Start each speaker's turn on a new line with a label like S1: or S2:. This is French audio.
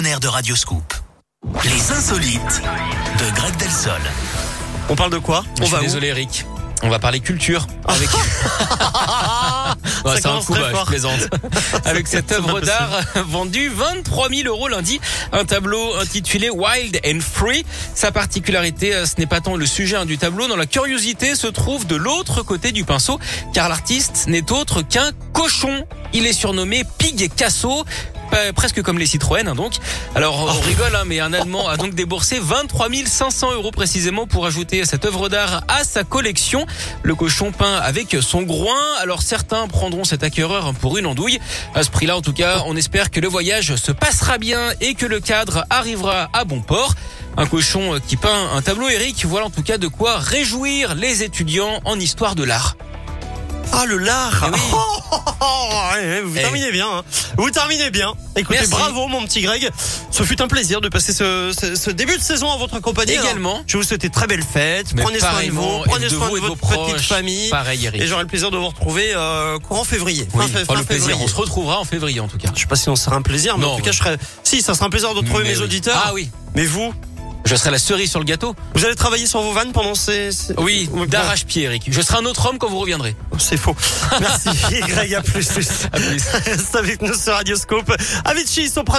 S1: partenaire de Radio Scoop. Les insolites de Greg Delsol.
S2: On parle de quoi
S3: Je
S2: On
S3: suis
S2: va où
S3: désolé, Eric. On va parler culture avec. Ouais, c'est un
S2: Ah, commence
S3: coup,
S2: très
S3: bah, je
S2: fort.
S3: plaisante. avec cette œuvre d'art euh, vendue 23 000 euros lundi, un tableau intitulé Wild and Free. Sa particularité, euh, ce n'est pas tant le sujet hein, du tableau, dans la curiosité se trouve de l'autre côté du pinceau, car l'artiste n'est autre qu'un cochon. Il est surnommé Pig Casso. pas- Presque comme les Citroën, hein, donc. Alors,
S2: Oh.
S3: on rigole, hein, mais un Allemand a donc déboursé 23 500 euros précisément pour ajouter cette œuvre d'art à sa collection. Le cochon peint avec son groin. Alors certains prendront cet acquéreur pour une andouille. À ce prix-là, en tout cas, on espère que le voyage se passera bien et que le cadre arrivera à bon port. Un cochon qui peint un tableau, Eric, voilà en tout cas de quoi réjouir les étudiants en histoire de l'art.
S2: Ah, le lard
S3: Eh oui.
S2: Oh, oh, oh, eh, Vous
S3: Eh.
S2: terminez bien. hein. Vous terminez bien. Écoutez,
S3: Merci.
S2: bravo, mon petit Greg. Ce fut un plaisir de passer ce, ce- ce début de saison en votre compagnie.
S3: Également.
S2: Je vous souhaite de très belles fêtes.
S3: Mais
S2: prenez soin de vous.
S3: pareillement, et
S2: Prenez
S3: de
S2: soin
S3: vous
S2: de
S3: et de
S2: votre
S3: vos
S2: petite
S3: proches.
S2: famille.
S3: Pareil, Eric.
S2: Et j'aurai le plaisir de vous retrouver euh, courant février.
S3: Oui,
S2: Fin, fe-
S3: enfin,
S2: fin
S3: le plaisir.
S2: février.
S3: On se retrouvera en février, en tout cas.
S2: Je sais pas si on sera un plaisir, mais
S3: Non,
S2: en tout
S3: ouais.
S2: cas, je serai. Si, ça sera un plaisir de retrouver
S3: Mais
S2: mes
S3: oui.
S2: auditeurs.
S3: Ah oui.
S2: Mais vous,
S3: Je serai la cerise sur le gâteau.
S2: vous allez travailler sur vos vannes pendant ces. ces-
S3: Oui,
S2: Ouais,
S3: d'arrache-pied, Eric. Je serai un autre homme quand vous reviendrez.
S2: C'est faux. Merci, Greg. À plus.
S3: À plus.
S2: Reste avec nous sur Radioscope. Avicii, Soprano.